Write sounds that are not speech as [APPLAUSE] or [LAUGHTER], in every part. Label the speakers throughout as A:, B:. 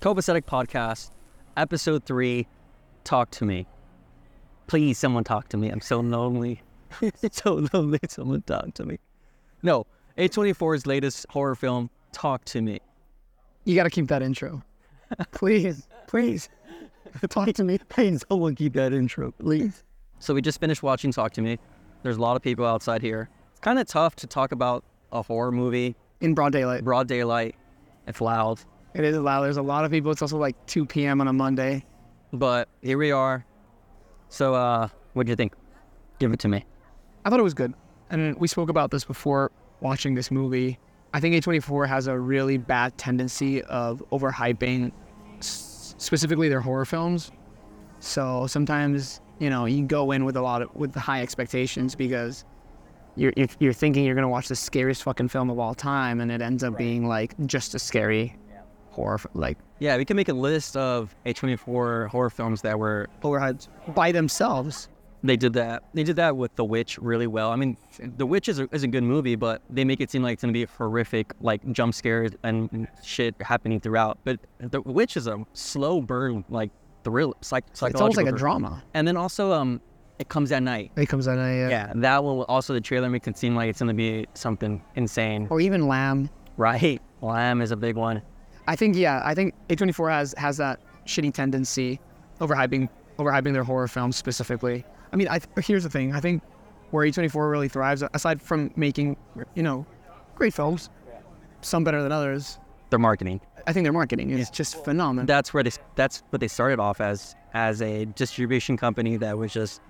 A: Copacetic Podcast, Episode 3. Talk to me. Please, someone talk to me. I'm so lonely. [LAUGHS] so lonely. Someone talk to me. No, A24's latest horror film, Talk to Me.
B: You got to keep that intro. Please,
A: [LAUGHS]
B: please. Talk to me. Please.
A: Someone keep that intro,
B: [LAUGHS] Please.
A: So we just finished watching Talk to Me. There's a lot of people outside here. It's kind of tough to talk about a horror movie,
B: In broad daylight.
A: broad daylight. It's loud.
B: It is loud. There's a lot of people. It's also like 2 p.m. on a Monday.
A: But here we are. So, uh, what'd you think? Give it to me.
B: I thought it was good. And we spoke about this before watching this movie. I think A24 has a really bad tendency of overhyping s- specifically their horror films. So sometimes, you know, you go in with a lot of with high expectations because you're you're, you're thinking you're going to watch the scariest fucking film of all time and it ends up being like just a scary horror f- like
A: Yeah, we can make a list of A24 horror films that were
B: overhyped by themselves.
A: they did that. They did that with The Witch really well. I mean, The Witch is a, is a good movie, but they make it seem like it's going to be horrific, like jump scares and shit happening throughout. But The Witch is a slow burn, like thrill, psych, psychological.
B: It's almost like a
A: thriller.
B: drama.
A: And then also, um, it comes at night.
B: It comes out a uh,
A: Yeah, that will also the trailer makes it seem like it's going to be something insane.
B: or even Lamb.
A: Right, Lamb is a big one.
B: I think yeah, I think A24 has has that shitty tendency overhyping overhyping their horror films specifically. I mean, I th- here's the thing. I think where A24 really thrives aside from making, you know, great films, some better than others,
A: Their marketing.
B: I think their marketing is just phenomenal.
A: that's where they that's what they started off as as a distribution company that was just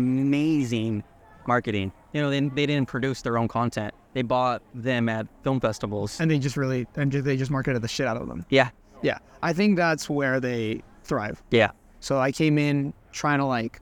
A: amazing marketing. You know, they, they didn't produce their own content. They bought them at film festivals.
B: and they just really and ju- they just marketed the shit out of them.
A: yeah,
B: Yeah. I think that's where they thrive.
A: yeah,
B: So I came in trying to like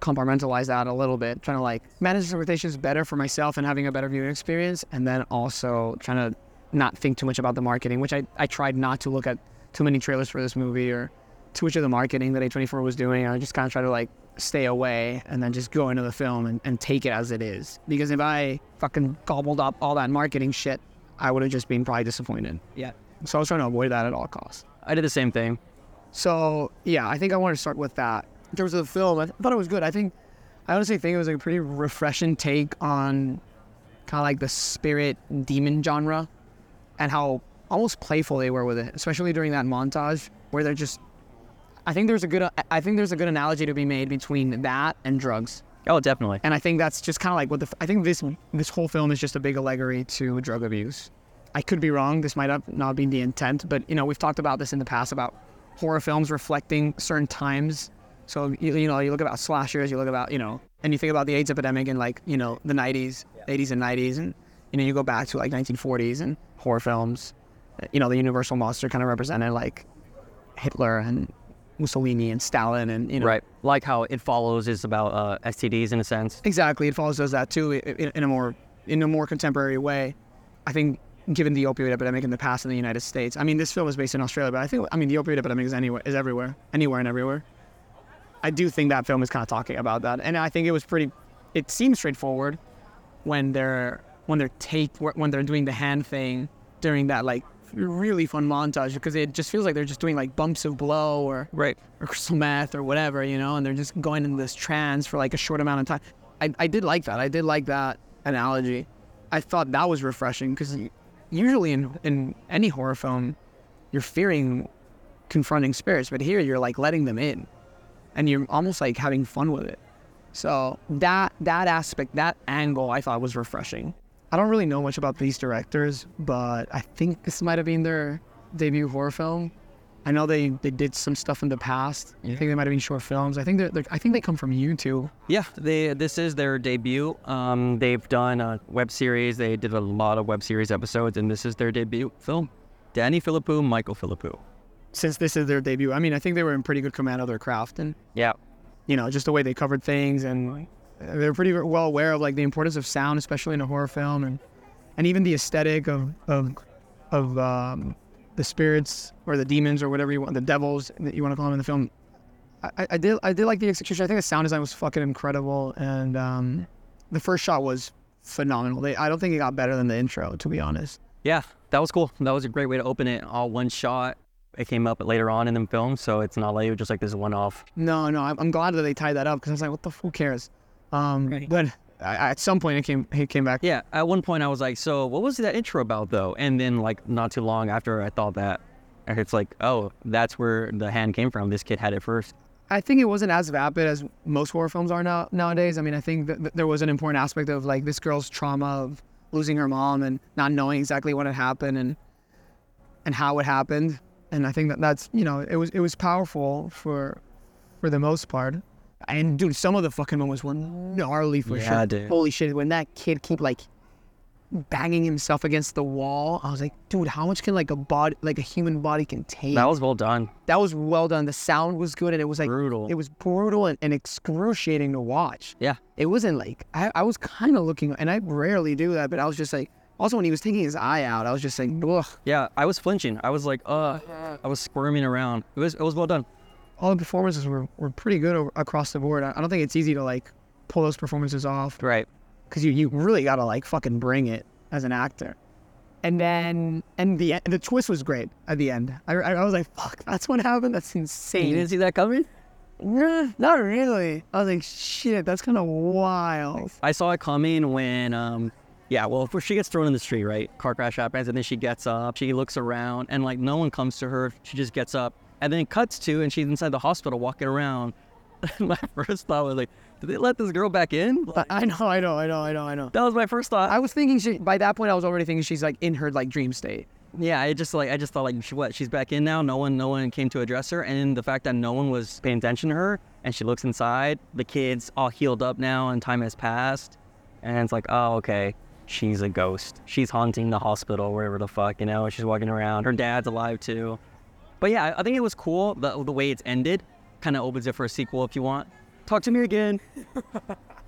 B: compartmentalize that a little bit, trying to like manage expectations better for myself and having a better viewing experience, and then also trying to not think too much about the marketing, which I, I tried not to look at too many trailers for this movie or too much of the marketing that A24 was doing. I just kind of tried to like stay away and then just go into the film and, and take it as it is. Because if I fucking gobbled up all that marketing shit, I would have just been probably disappointed.
A: yeah.
B: So I was trying to avoid that at all costs.
A: I did the same thing.
B: So yeah, I think I want to start with that. In terms of the film, I th- thought it was good. I think I honestly think it was like a pretty refreshing take on kind of like the spirit demon genre and how almost playful they were with it, especially during that montage where they're just. I think there's a good I think there's a good analogy to be made between that and drugs,
A: Oh, definitely.
B: and I think that's just kind of like what the f- I think this this whole film is just a big allegory to drug abuse. I could be wrong. This might not- not be the intent, but you know we've talked about this in the past about horror films reflecting certain times. So you, you know you look about slashers, you look about you know, and you think about the AIDS epidemic in like you know the '90s, '80s and '90s, and you know you go back to like 1940s and horror films. uh, You know the universal monster kind of represented like Hitler and Mussolini and Stalin and you know
A: Right, like how it follows is about uh, STDs in a sense.
B: Exactly, it follows does that too i- in, in a more in a more contemporary way. I think given the opioid epidemic in the past in the United States, I mean this film is based in Australia, but I think I mean the opioid epidemic is anywhere is everywhere, anywhere and everywhere. I do think that film is kind of talking about that, and I think it was pretty. It seems straightforward when they're when they're take when they're doing the hand thing during that like really fun montage because it just feels like they're just doing like bumps of blow or
A: Right.
B: or crystal meth or whatever, you know, and they're just going into this trance for like a short amount of time. I, I did like that. I did like that analogy. I thought that was refreshing because usually in, in any horror film, you're fearing confronting spirits, but here you're like letting them in and you're almost like having fun with it. So that that aspect, that angle, I thought was refreshing. I don't really know much about these directors, but I think this might have been their debut horror film. I know they, they did some stuff in the past. I think they might have been short films. I think they're, they're I think they come from YouTube.
A: Yeah, they this is their debut. Um, they've done a web series. They did a lot of web series episodes, and this is their debut film. Danny Philippou, Michael Philippou.
B: Since this is their debut, I mean, I think they were in pretty good command of their craft and
A: Yeah,
B: you know just the way they covered things and like, they're pretty well aware of like the importance of sound, especially in a horror film, and and even the aesthetic of of of um, the spirits or the demons or whatever you want, the devils that you want to call them in the film. I, I- I did I did like the execution. I think the sound design was fucking incredible, and um, the first shot was phenomenal. They, I don't think it got better than the intro, to be honest.
A: Yeah, that was cool. That was a great way to open it all one shot. it came up later on in the film, so it's not like it was just like this one off.
B: No, no, I'm, I'm glad that they tied that up because I was like, what the f- who cares? Um,
A: Right.
B: But I, I- at some point, it came it came back.
A: Yeah, at one point I was like, so what was that intro about though? And then like not too long after I thought that, and it's like, oh, that's where the hand came from. This kid had it first.
B: I think it wasn't as vapid as most horror films are now nowadays. I mean, I think that that there was an important aspect of like this girl's trauma of losing her mom and not knowing exactly what had happened and and how it happened. And I think that that's you know it was it was powerful for for the most part. And dude, some of the fucking moments were gnarly for
A: Yeah,
B: sure.
A: dude.
B: Holy shit! When that kid keep like banging himself against the wall, I was like, dude, how much can like a body like a human body can take?
A: That was well done.
B: that was well done. The sound was good, and it was like
A: Brutal.
B: It was brutal and, and excruciating to watch.
A: Yeah.
B: It wasn't like I, I was kind of looking, and I rarely do that, but I was just like. Also, when he was taking his eye out, I was just like, ugh,
A: Yeah, I was flinching. I was like, uh, I was squirming around. It was it was well done.
B: all the performances were, were pretty good over, across the board. I, I don't think it's easy to like pull those performances off
A: Right.
B: because you, you really gotta like fucking bring it as an actor. And then and the e, the twist was great at the end. I, I, I was like, fuck, that's what happened. That's insane.
A: You didn't see that coming?
B: Nah, not really. I was like, shit, that's kind of wild.
A: I saw it coming when, um, yeah, well, for- she gets thrown in the street, right? Car crash happens, and then she gets up. She looks around, and like no one comes to her. She just gets up, and then it cuts to, and she's inside the hospital walking around. [LAUGHS] my first thought was like, did they let this girl back in? Like,
B: But I know, I know, I know, I know, I know.
A: that was my first thought.
B: I was thinking she, by that point, I was already thinking she's like in her like dream state.
A: yeah, I just like I just thought like, she, what? She's back in now. No one, no one came to address her, and the fact that no one was paying attention to her, and she looks inside. The kid's all healed up now, and time has passed, and it's like, oh, okay, she's a ghost. She's haunting the hospital, wherever the fuck, you know. and She's walking around. Her dad's alive too, but yeah, I, I think it was cool the the way it's ended. Kind of opens it for a sequel if you want. Talk to me again.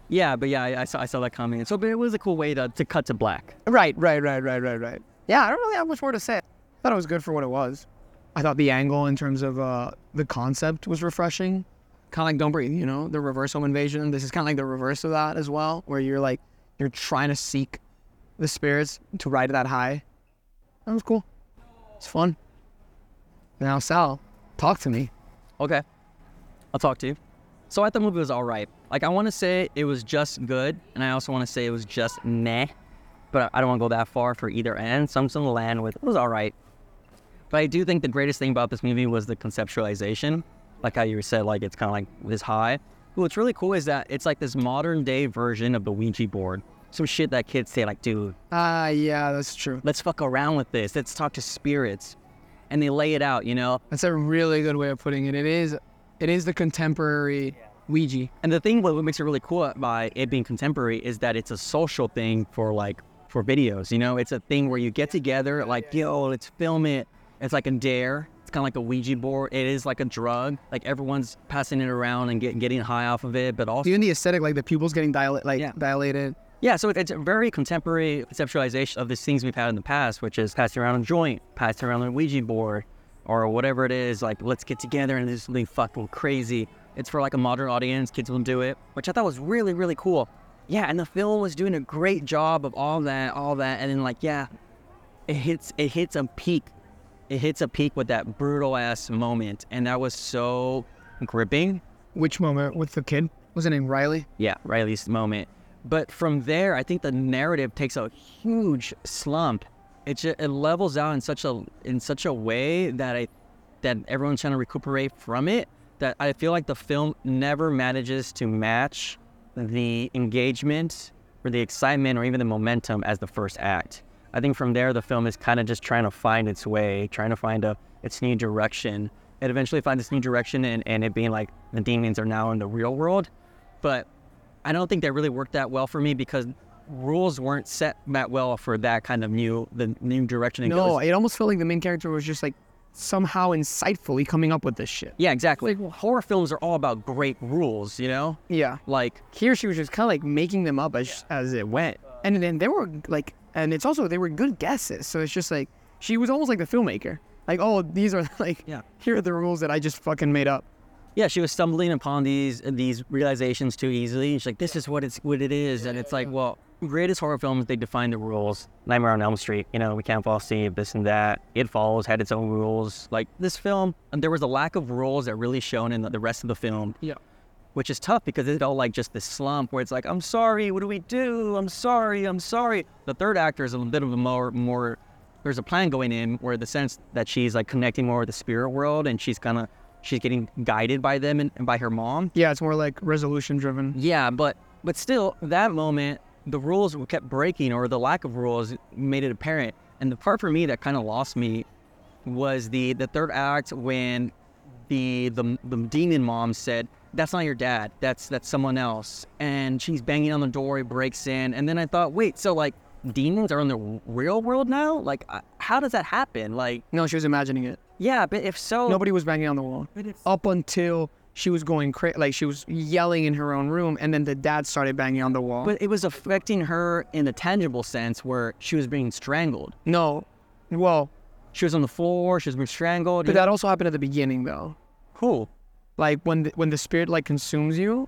A: yeah, but yeah, I, I saw I saw that coming. So, but it was a cool way to to cut to black.
B: Right, right, right, right, right, right. Yeah, I don't really have much more to say. I thought it was good for what it was. I thought the angle in terms of uh, the concept was refreshing. Kind of like Don't Breathe, you know, the reverse home invasion. This is kind of like the reverse of that as well, where you're like, you're trying to seek the spirits to ride that high. That was cool. It's fun. Now, Sal, talk to me.
A: Okay. I'll talk to you. So I thought the movie was all right. Like, I want to say it was just good, and I also want to say it was just meh, but I don't want to go that far for either end. So I'm just going to land with it was all right. But I do think the greatest thing about this movie was the conceptualization. Like how you said, like it's kind of like this high. But what's really cool is that it's like this modern day version of the Ouija board. Some shit that kids say, like, dude,
B: Ah, yeah, that's true.
A: let's fuck around with this. Let's talk to spirits. And they lay it out, you know?
B: That's a really good way of putting it. It is, it is the contemporary Ouija.
A: And the thing what what makes it really cool by it being contemporary is that it's a social thing for like for videos. You know, it's a thing where you get together, like yo, let's film it. It's like a dare. It's kind of like a Ouija board. It is like a drug. Like everyone's passing it around and get, getting high off of it, but also
B: Even the aesthetic, like the pupils getting dilate, like
A: Yeah.
B: dilated.
A: yeah. So it- it's a very contemporary conceptualization of these things we've had in the past, which is passing around a joint, passing around a Ouija board, or whatever it is. Like let's get together and do something fucking crazy. It's for like a modern audience. Kids will do it, which I thought was really really cool. Yeah, and the film was doing a great job of all that, all that, and then like yeah, it hits it hits a peak it hits a peak with that brutal ass moment and that was so gripping
B: Which moment with the kid? Was it named Riley?
A: yeah, Riley's moment. But from there, I think the narrative takes a huge slump. It ju- it levels out in such a in such a way that I that everyone's trying to recuperate from it. That I feel like the film never manages to match the engagement or the excitement or even the momentum as the first act. I think from there the film is kind of just trying to find its way, trying to find a its new direction. It eventually finds its new direction and, and it being like the demons are now in the real world but I don't think that really worked that well for me because rules weren't set that well for that kind of new the new direction. it
B: No,
A: goes.
B: it almost felt like the main character was just like somehow insightfully coming up with this shit.
A: yeah, exactly. Horror films are all about great rules, you know.
B: Yeah.
A: Like
B: Here she was just kind of like making them up as as it went, and then they were like, and it's also they were good guesses. So it's just like she was almost like the filmmaker. Like, oh, these are [LAUGHS] like,
A: Yeah.
B: here are the rules that I just fucking made up.
A: yeah, she was stumbling upon these these realizations too easily. She's like, "This is what it's what it is," and it's like, well, greatest horror films, they define the rules. Nightmare on Elm Street, you know, we can't fall asleep, this and that. It Follows had its own rules. Like this film, and there was a lack of rules that really shown in the, the rest of the film,
B: Yeah.
A: which is tough because it all like just this slump where it's like, I'm sorry, what do we do? I'm sorry, I'm sorry. The third actor is a bit of a more, more, there's a plan going in where the sense that she's like connecting more with the spirit world and she's kind of, she's getting guided by them and, and by her mom.
B: Yeah, it's more like resolution driven.
A: Yeah, but but still, that moment, the rules were kept breaking, or the lack of rules made it apparent. And the part for me that kind of lost me was the the third act when the, the the demon mom said, "That's not your dad. That's that's someone else." And she's banging on the door. He breaks in, and then I thought, wait, so like demons are in the real world now? Like, uh, how does that happen? Like,
B: No, she was imagining it.
A: yeah, but if so,
B: Nobody was banging on the wall
A: But it's-
B: up until she was going crazy. Like she was yelling in her own room, and then the dad started banging on the wall.
A: But it was affecting her in a tangible sense, where she was being strangled.
B: no, well,
A: She was on the floor. She was being strangled.
B: but that also happened at the beginning though.
A: cool.
B: Like when the, when the spirit like consumes you.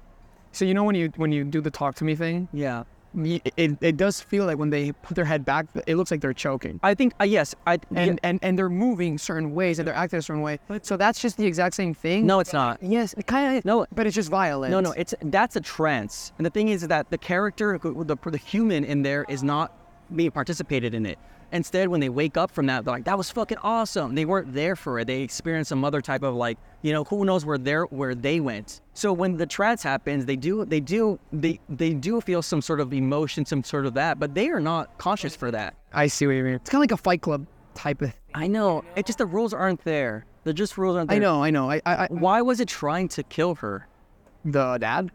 B: So you know when you when you do the talk to me thing,
A: Yeah.
B: y- it, it does feel like when they put their head back, it looks like they're choking.
A: I think uh, yes. I
B: and
A: yeah.
B: and and they're moving certain ways and they're acting a certain way. So that's just the exact same thing.
A: no, it's not.
B: Yes, it kind of.
A: No.
B: but it's just violent.
A: No, no. It's that's a trance. And the thing is that the character, who- the the human in there, is not being participated in it. Instead, when they wake up from that, they're like, "That was fucking awesome." They weren't there for it. They experienced some other type of like, you know, who knows where they're where they went. So when the trance happens, they do they do they they do feel some sort of emotion, some sort of that, but they are not conscious for that.
B: I see what you mean. It's kind of like a Fight Club type of.
A: I know. It just the rules aren't there. They're just rules aren't there.
B: I know, I know. I, I, I
A: Why was it trying to kill her?
B: the dad.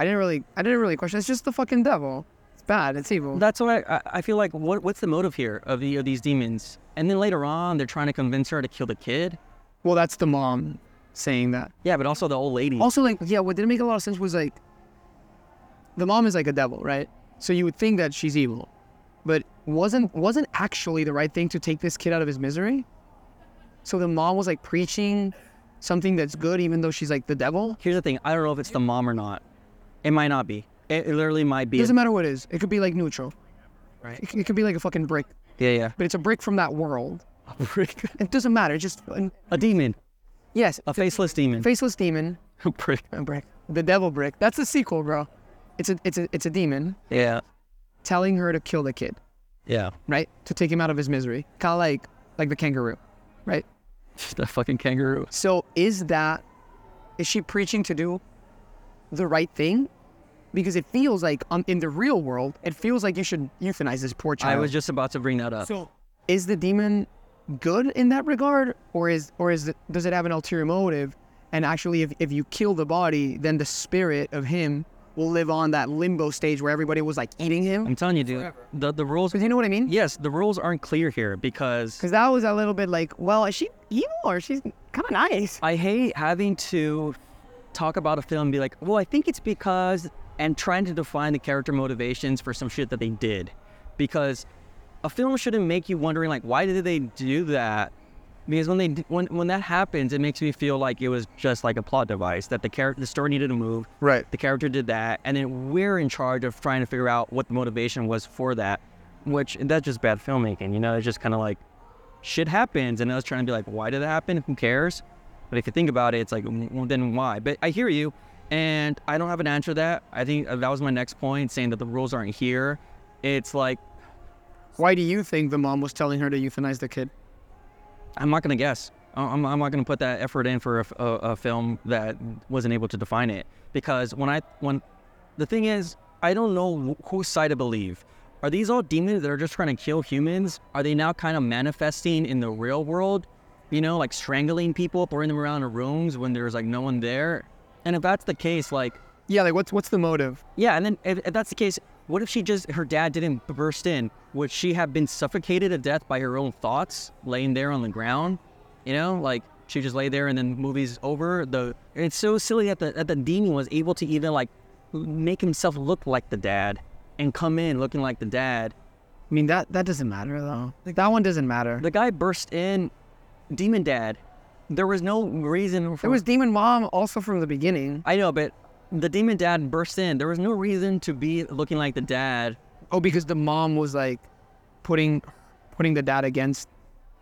B: I didn't really, I didn't really question. It's just the fucking devil. It's bad. It's evil.
A: That's what I, I- I feel like. What, what's the motive here of, the, of these demons? And then later on, they're trying to convince her to kill the kid.
B: well, that's the mom saying that.
A: Yeah, but also the old lady.
B: Also, like, yeah, what didn't make a lot of sense was like, the mom is like a devil, right? So you would think that she's evil, but wasn't wasn't actually the right thing to take this kid out of his misery. So the mom was like preaching something that's good, even though she's like the devil.
A: Here's the thing. I don't know if it's the mom or not. It might not be. It, it literally might be.
B: Doesn't matter what it is. It could be like neutral.
A: Right.
B: It, it could be like a fucking brick,
A: yeah,
B: [LAUGHS]
A: yeah.
B: but it's a brick from that world.
A: A prick.
B: It doesn't matter. It's just an,
A: A demon.
B: yes,
A: A faceless demon.
B: faceless demon,
A: [LAUGHS] A prick.
B: a brick, the devil brick. That's the sequel, bro. It's a it's a it's a demon
A: Yeah.
B: telling her to kill the kid.
A: Yeah. [LAUGHS]
B: right? To take him out of his misery, kind of like like the kangaroo, right?
A: The fucking kangaroo.
B: So is that is she preaching to do the right thing? Because it feels like um, in the real world, it feels like you should euthanize this poor child.
A: I was just about to bring that up.
B: so is the demon good in that regard, or is or is it, does it have an ulterior motive? And actually, if, if you kill the body, then the spirit of him will live on that limbo stage where everybody was like eating him.
A: I'm telling you, dude. The, the rules.
B: Do you know what I mean?
A: Yes, the rules aren't clear here because
B: Because that was a little bit like, well, is she evil or she's kind of nice?
A: I hate having to talk about a film and be like, well, I think it's because, and trying to define the character motivations for some shit that they did. Because a film shouldn't make you wondering, like, why did they do that? Because when they d- when when that happens, it makes me feel like it was just like a plot device that the character the story needed to move.
B: Right.
A: The character did that, and then we're in charge of trying to figure out what the motivation was for that, which that's just bad filmmaking. You know, it's just kind of like shit happens, and I was trying to be like, why did it happen? Who cares? But if you think about it, it's like, well, then why? But I hear you, and I don't have an answer to that. I think uh, that was my next point, saying that the rules aren't here. It's like
B: Why do you think the mom was telling her to euthanize the kid?
A: I'm not gonna guess. I- I'm, I'm not gonna put that effort in for a, f- a- a film that wasn't able to define it because when I when the thing is, I don't know wh- whose side to believe. Are these all demons that are just trying to kill humans? Are they now kind of manifesting in the real world? You know, like strangling people, throwing them around in rooms when there's like no one there. And if that's the case, like
B: Yeah, like what's what's the motive?
A: yeah, and then if, if that's the case, what if she just her dad didn't burst in? Would she have been suffocated to death by her own thoughts, laying there on the ground? You know, like she just lay there, and then movie's over. The it's so silly that the that the demon was able to even like make himself look like the dad and come in looking like the dad.
B: I mean that that doesn't matter though. that one doesn't matter.
A: The guy burst in, demon dad. There was no reason for
B: There was demon mom also from the beginning.
A: I know, but the demon dad bursts in. There was no reason to be looking like the dad
B: Oh, because the mom was like putting putting the dad against.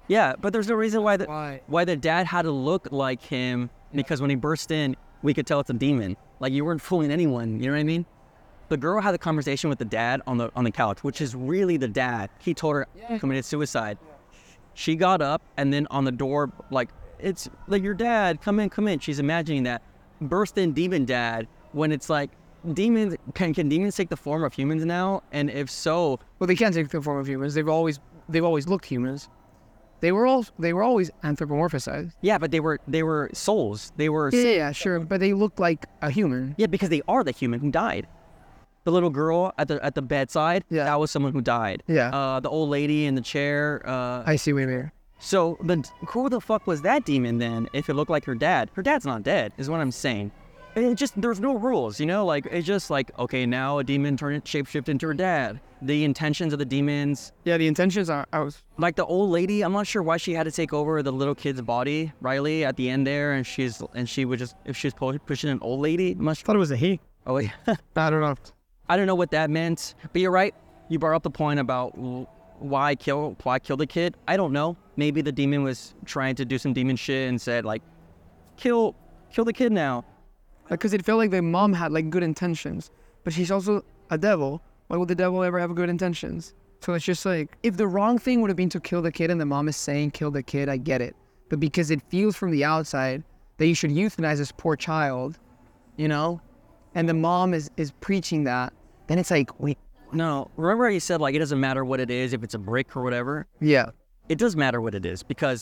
A: Yeah, but there's no reason why the
B: Why?
A: why the dad had to look like him because when he burst in, we could tell it's a demon. Like you weren't fooling anyone. You know what I mean? The girl had a conversation with the dad on the on the couch, which is really the dad. He told her committed suicide. She got up and then on the door, like it's like your dad, come in, come in. She's imagining that burst in demon dad when it's like demons can can demons take the form of humans now? And if so,
B: Well, they can't take the form of humans. They've always they've always looked humans. They were all they were always anthropomorphized.
A: yeah, but they were they were souls. They were
B: Yeah, yeah, sure, but they look like a human.
A: Yeah, because they are the human who died. The little girl at the at the bedside,
B: Yeah.
A: that was someone who died.
B: Yeah.
A: Uh, the old lady in the chair. Uh,
B: I see what you mean.
A: so then, who the fuck was that demon then? If it looked like her dad, her dad's not dead, is what I'm saying. And It just there's no rules, you know. Like it's just like okay, now a demon turned shapeshift into her dad. The intentions of the demons,
B: Yeah, the intentions are. I was.
A: like the old lady i'm not sure why she had to take over the little kid's body riley at the end there and she's and she was just if she's pu- pushing an old lady much
B: Thought it was a he.
A: oh yeah
B: I don't know.
A: i don't know what that meant but you're right you brought up the point about w- why kill why kill the kid i don't know maybe the demon was trying to do some demon shit and said like kill kill the kid now
B: Because it felt like the mom had like good intentions, but she's also a devil. Why would the devil ever have good intentions? So it's just like if the wrong thing would have been to kill the kid, and the mom is saying kill the kid, I get it. But because it feels from the outside that you should euthanize this poor child, you know, and the mom is is preaching that, then it's like wait,
A: no remember how you said like it doesn't matter what it is if it's a brick or whatever
B: yeah,
A: it does matter what it is because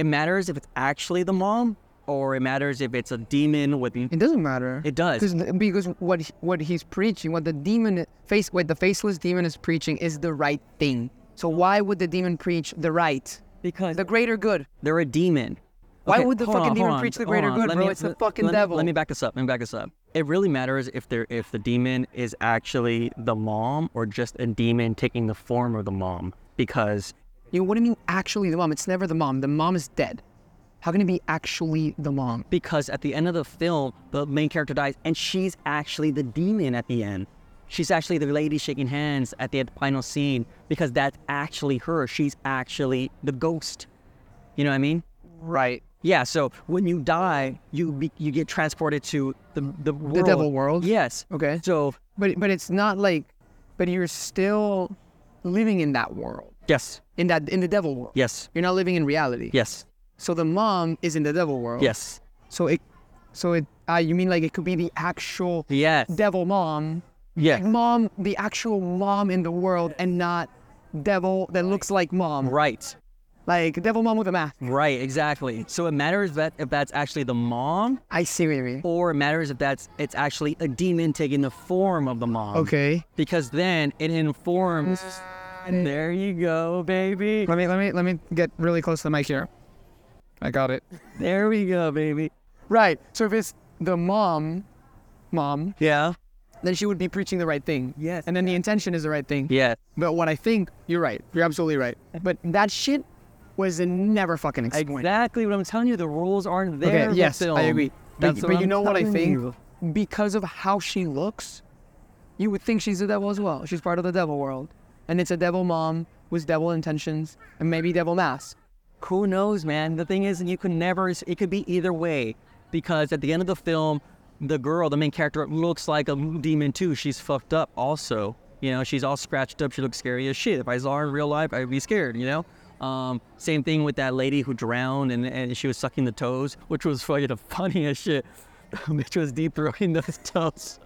A: it matters if it's actually the mom or it matters if it's a demon with
B: it doesn't matter.
A: It does.
B: Because because what he- what he's preaching, what the demon face, what the faceless demon is preaching is the right thing. So why would the demon preach the right?
A: because
B: The greater good.
A: they're a demon.
B: Why would the
A: hold on,
B: fucking demon
A: hold on,
B: preach the
A: hold
B: greater
A: on.
B: good,
A: Let
B: bro?
A: me-
B: It's the
A: let-
B: fucking
A: let me-
B: devil.
A: Let me back this up. Let me back this up. It really matters if they're if the demon is actually the mom or just a demon taking the form of the mom. Because
B: You know, what do you mean actually the mom? It's never the mom. The mom is dead. How can it be actually the mom?
A: because at the end of the film, the main character dies, and she's actually the demon at the end. She's actually the lady shaking hands at the final scene because that's actually her. She's actually the ghost. You know what I mean?
B: Right.
A: Yeah, so when you die, you be, you get transported to the the, world.
B: devil world?
A: Yes.
B: Okay.
A: So
B: But but it's not like but you're still living in that world.
A: yes,
B: In that in the devil world.
A: yes,
B: You're not living in reality.
A: yes,
B: So the mom is in the devil world.
A: yes,
B: So it so it uh, you mean like it could be the actual
A: yes,
B: devil mom.
A: yes.
B: Mom, the actual mom in the world and not devil that looks like mom.
A: Right,
B: Like devil mom with a mask.
A: right, exactly. So it matters that if that's actually the mom,
B: I see what you mean.
A: or it matters if that's it's actually a demon taking the form of the mom.
B: Okay.
A: Because then it informs. There you go, baby.
B: Let me let me let me get really close to the mic here. I got it.
A: There we go, baby.
B: Right. So if it's the mom, mom,
A: Yeah.
B: then she would be preaching the right thing.
A: Yes.
B: And then the intention is the right thing.
A: Yes.
B: But what I think, you're right. You're absolutely right. But that shit was never fucking explained.
A: Exactly what I'm telling you. The rules aren't there. in
B: Okay.
A: the
B: Yes,
A: film.
B: I agree. But,
A: That's
B: but
A: what
B: you
A: I'm
B: know what I
A: telling
B: think?
A: you.
B: Because of how she looks, you would think she's the devil as well. She's part of the devil world, and it's a devil mom with devil intentions and maybe devil mask.
A: Who knows, man? The thing is, you can never. It could be either way, because at the end of the film, the girl, the main character, looks like a demon too. She's fucked up, also. You know, she's all scratched up. She looks scary as shit. If I saw her in real life, I'd be scared. You know. Um, same thing with that lady who drowned and, and she was sucking the toes, which was fucking [LAUGHS] the funniest shit. Bitch was deep throating those [LAUGHS] toes.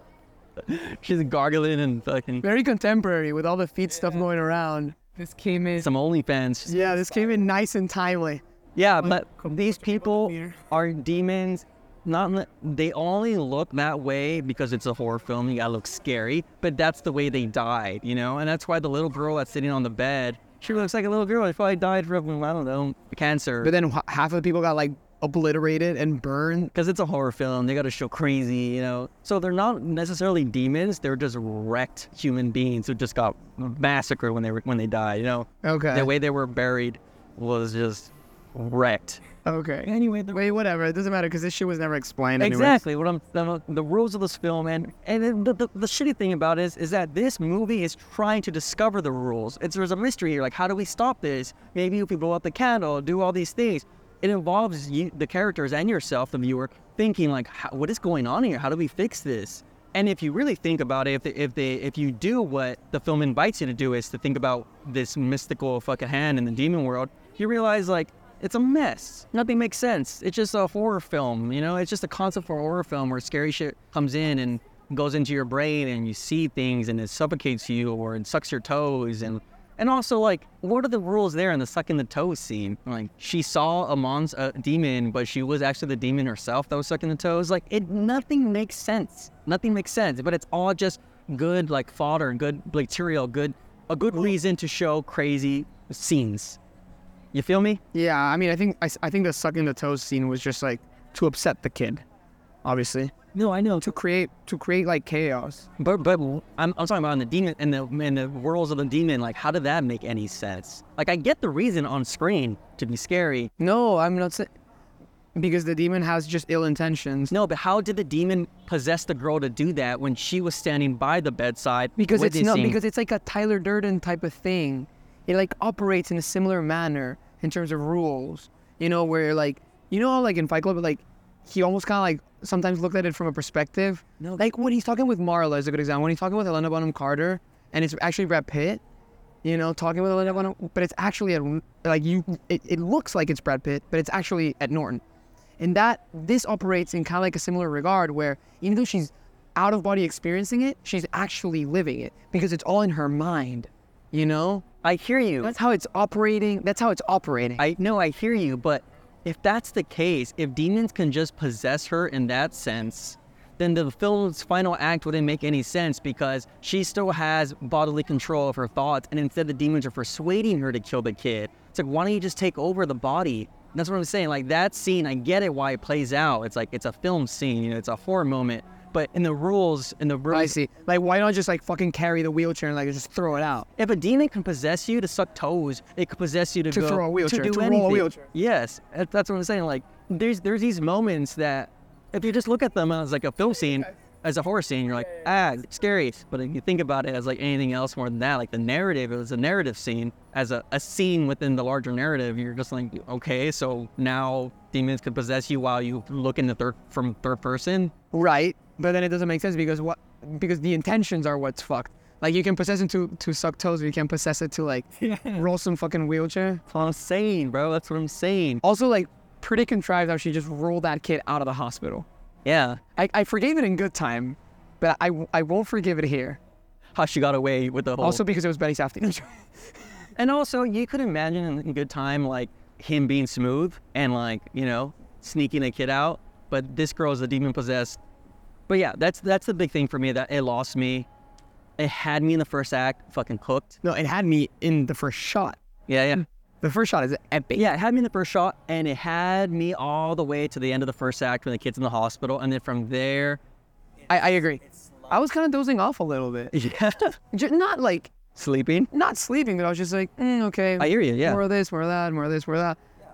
A: She's gargling and fucking
B: Very contemporary with all the feet stuff going around. This came in.
A: some OnlyFans.
B: Yeah, this came in nice and timely.
A: Yeah, but these people are demons. Not li- they only look that way because it's a horror film. You gotta look scary, but that's the way they died, you know. And that's why the little girl that's sitting on the bed, she looks like a little girl. She probably died from I don't know cancer.
B: But then wh- half of the people got like obliterated and burned.
A: because it's a horror film, they gotta show crazy, you know. So they're not necessarily demons. They're just wrecked human beings who just got massacred when they were, when they died, you know.
B: Okay.
A: The way they were buried was just wrecked.
B: Okay.
A: Anyway, the
B: Wait, whatever. It doesn't matter because this shit was never explained. anyways.
A: Exactly what I'm the, the rules of this film, and and then the, the, the shitty thing about it is is that this movie is trying to discover the rules. It's there's a mystery here. Like, how do we stop this? Maybe if we blow out the candle, do all these things. It involves you, the characters and yourself, the viewer, thinking like, how, what is going on here? How do we fix this? And if you really think about it, if they, if they if you do what the film invites you to do is to think about this mystical fucking hand in the demon world, you realize like it's a mess. Nothing makes sense. It's just a horror film, you know? It's just a concept for a horror film where scary shit comes in and goes into your brain and you see things and it suffocates you or it sucks your toes and and also like what are the rules there in the sucking the toes scene? Like she saw a mon's a demon, but she was actually the demon herself that was sucking the toes. Like it nothing makes sense. Nothing makes sense. But it's all just good like fodder, good material, good a good reason to show crazy scenes. You feel me?
B: Yeah, I mean, I think I, s- I think the sucking the toes scene was just like to upset the kid, obviously,
A: No, I know.
B: to create to create like chaos.
A: But but I'm, I'm talking about in the demon and the and the worlds of the demon. Like, how did that make any sense? Like, I get the reason on screen to be scary.
B: No, I'm not saying because the demon has just ill intentions.
A: No, but how did the demon possess the girl to do that when she was standing by the bedside?
B: because it's not
A: witnessing-
B: because it's like a Tyler Durden type of thing. It like operates in a similar manner in terms of rules, you know, where like you know, how, like in Fight Club, like he almost kind of like sometimes looked at it from a perspective.
A: No.
B: like when he's talking with Marla is a good example. When he's talking with Helena Bonham Carter, and it's actually Brad Pitt, you know, talking with Helena Bonham, but it's actually at like you, it, it looks like it's Brad Pitt, but it's actually at Norton. And that this operates in kind of like a similar regard where even though she's out of body experiencing it, she's actually living it because it's all in her mind, you know?
A: I hear you.
B: That's how it's operating. That's how it's operating.
A: I no, I hear you, but if that's the case, if demons can just possess her in that sense, then the film's final act wouldn't make any sense because she still has bodily control of her thoughts, and instead the demons are persuading her to kill the kid. It's like, why don't you just take over the body? And that's what I'm saying. Like that scene, I get it why it plays out. It's like it's a film scene, you know, it's a horror moment. But in the rules, in the rules,
B: I see. Like, why not just like fucking carry the wheelchair and like just throw it out?
A: if a demon can possess you to suck toes, it could possess you to,
B: To
A: go,
B: throw a wheelchair,
A: do
B: to roll a
A: anything.
B: wheelchair.
A: Yes, that- that's what I'm saying. Like there's there's these moments that if you just look at them as like a film scene, as a horror scene, you're like ah it's scary. But if you think about it as like anything else more than that, like the narrative, it was a narrative scene as a, a scene within the larger narrative. You're just like okay, so now demons can possess you while you look in the third from third person.
B: Right, but then it doesn't make sense because what? Because the intentions are what's fucked. Like you can possess it to to suck toes, but you can possess it to like roll some fucking wheelchair.
A: That's what I'm saying, bro. That's what I'm saying.
B: Also, like pretty contrived how she just rolled that kid out of the hospital.
A: Yeah,
B: I, I forgave it in good time, but I, I won't forgive it here.
A: how she got away with the whole.
B: Also because it was Betty [LAUGHS] Safdie.
A: And also, you could imagine in- in good time, like him being smooth and like you know sneaking a kid out. But this girl is a demon possessed. But yeah, that's that's the big thing for me that it lost me. It had me in the first act, fucking cooked.
B: no, it had me in the first shot.
A: Yeah, yeah,
B: The first shot is epic.
A: yeah. It had me in the first shot, and it had me all the way to the end of the first act when the kid's in the hospital, and then from there, [LAUGHS]
B: I, I agree. I was kind of dozing off a little bit.
A: yeah,
B: Ju- Not like
A: sleeping.
B: not sleeping, but I was just like, mm, okay.
A: I hear you, yeah.
B: More of this, more of that, more of this, more of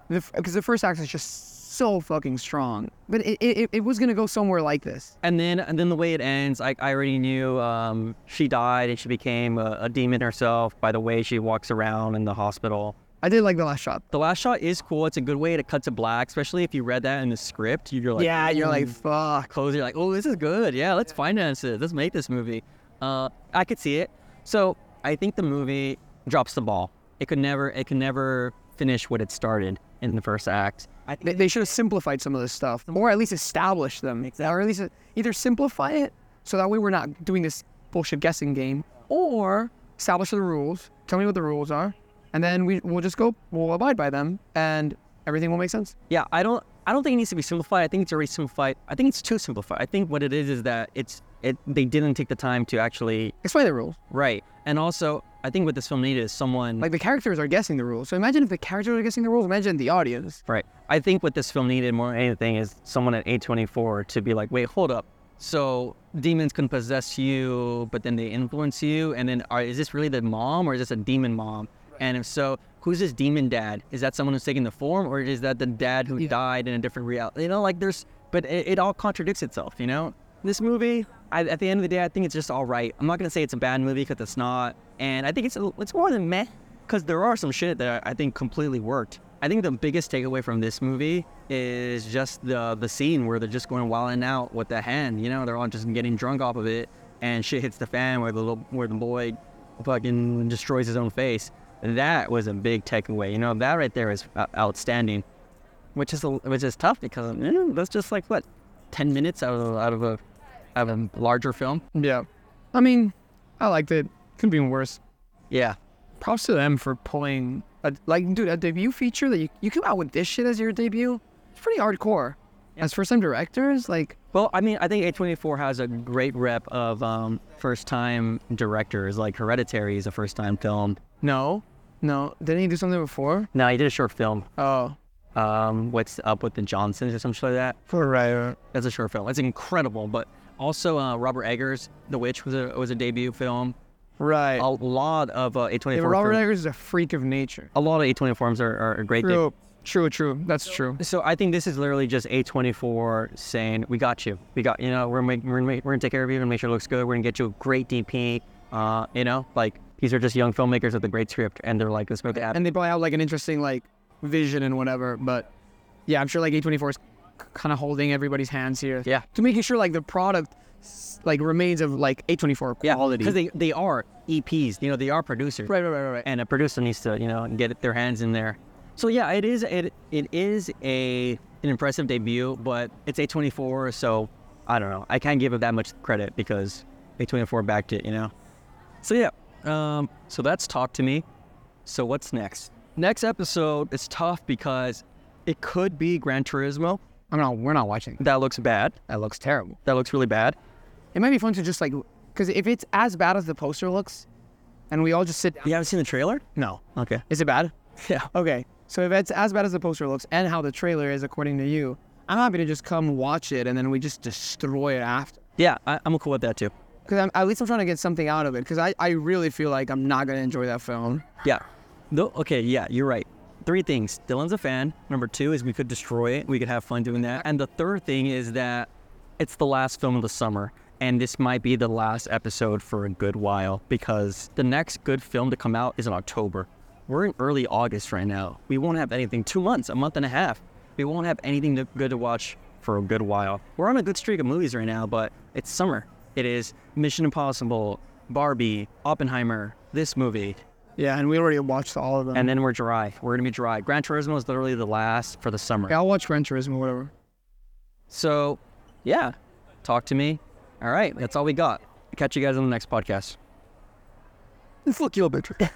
B: that. Because the, first act is just so fucking strong. But it, it, it- it was going to go somewhere like this.
A: And then, and then the way it ends, I, I already knew um, she died and she became a, a demon herself by the way she walks around in the hospital.
B: I did like the last shot.
A: The last shot is cool. It's a good way to cut to black, especially if you read that in the script. You're like,
B: Yeah, you're like,
A: "Ooh."
B: fuck.
A: close. You're like, oh, this is good. Yeah, let's finance it. Let's make this movie. Uh, I could see it. So I think the movie drops the ball. It could never. It could never finish what it started in the first act. I
B: They,
A: think
B: they should have simplified some of this stuff, or at least established them. Or at least uh, either simplify it, so that way we're not doing this bullshit guessing game, or establish the rules, tell me what the rules are, and then we, we'll just go, we'll abide by them, and everything will make sense.
A: Yeah, I don't. I don't think it needs to be simplified. I think it's already simplified. I think it's too simplified. I think what it is is that it's it. They didn't take the time to actually
B: Explain the rules.
A: write. And also, I think what this film needed is someone
B: Like the characters are guessing the rules. So imagine if the characters are guessing the rules. Imagine the audience.
A: Right. I think what this film needed more than anything is someone at A24 to be like, wait, hold up. So demons can possess you, but then they influence you. And then are, is this really the mom or is this a demon mom? And if so, who's this demon dad? Is that someone who's taking the form, or is that the dad who died in a different reality? You know, like there's, but it, it all contradicts itself. You know, this movie, I, at the end of the day, I think it's just all right. I'm not gonna say it's a bad movie because it's not, and I think it's a, it's more than meh because there are some shit that I think completely worked. I think the biggest takeaway from this movie is just the the scene where they're just going wild and out with the hand. You know, they're all just getting drunk off of it, and shit hits the fan where the little where the boy fucking destroys his own face. That was a big takeaway. You know, that right there is o- outstanding, which is a, which is tough because you know, that's just like what ten minutes out of out of a out of a larger film.
B: Yeah. I mean, I liked it. Couldn't be worse.
A: Yeah,
B: Props to them for pulling a, like dude, a debut feature that you, you come out with this shit as your debut. It's pretty hardcore. As for some directors, like
A: Well, I mean, I think A24 has a great rep of um, first-time directors. Like Hereditary is a first-time film.
B: no, no, didn't he do something before?
A: No, he did a short film.
B: Oh,
A: Um, What's up with the Johnsons or something like that?
B: for right.
A: That's a short film. It's incredible. But also, uh, Robert Eggers, The Witch was a was a debut film.
B: Right.
A: A lot of uh, A24.
B: Yeah, Robert
A: films-
B: Eggers is a freak of nature.
A: a lot of A24 films are, are, are great. deb-
B: True, true, true. That's true.
A: So I think this is literally just A24 saying, "We got you. We got you know. We're gonna make, we're, gonna make, we're gonna take care of you and make sure it looks good. We're gonna get you a great DP. Uh, you know, like these are just young filmmakers with a great script, and they're like, let's make it happen.
B: And they probably have like an interesting like vision and whatever. But yeah, I'm sure like A24 is kind of holding everybody's hands here.
A: Yeah.
B: To making sure like the product s- like remains of like A24
A: yeah,
B: quality.
A: because they they are EPs. You know, they are producers.
B: right, right, right, right, right.
A: and a producer needs to you know get their hands in there. So yeah, it is it it is a an impressive debut, but it's A24, so I don't know. I can't give it that much credit because A24 backed it, you know. So yeah, um, so that's talk to me. So what's next? Next episode is tough because it could be Gran Turismo.
B: I'm not. We're not watching.
A: That looks bad.
B: That looks terrible.
A: That looks really bad.
B: It might be fun to just like because if it's as bad as the poster looks, and we all just sit.
A: You haven't seen the trailer?
B: No. Uh,
A: Okay. [LAUGHS]
B: Is it bad?
A: Yeah.
B: Okay. So if it's as bad as the poster looks and how the trailer is according to you, I'm happy to just come watch it and then we just destroy it after.
A: Yeah, I, I'm cool with that too.
B: Because I'm, at least I'm trying to get something out of it. Because I, I really feel like I'm not going to enjoy that film.
A: Yeah. No. Okay. Yeah, you're right. Three things. Dylan's a fan. Number two is we could destroy it. We could have fun doing that. And the third thing is that it's the last film of the summer, and this might be the last episode for a good while because the next good film to come out is in October. We're in early August right now. We won't have anything. Two months, a month and a half. We won't have anything to, good to watch for a good while. We're on a good streak of movies right now, but it's summer. It is Mission Impossible, Barbie, Oppenheimer, this movie,
B: Yeah, and we already watched all of them.
A: and then we're dry. We're gonna be dry. Gran Turismo is literally the last for the summer.
B: yeah, I'll watch Gran Turismo, whatever.
A: So, yeah, talk to me. All right, that's all we got. Catch you guys on the next podcast.
B: Fuck you, bitch.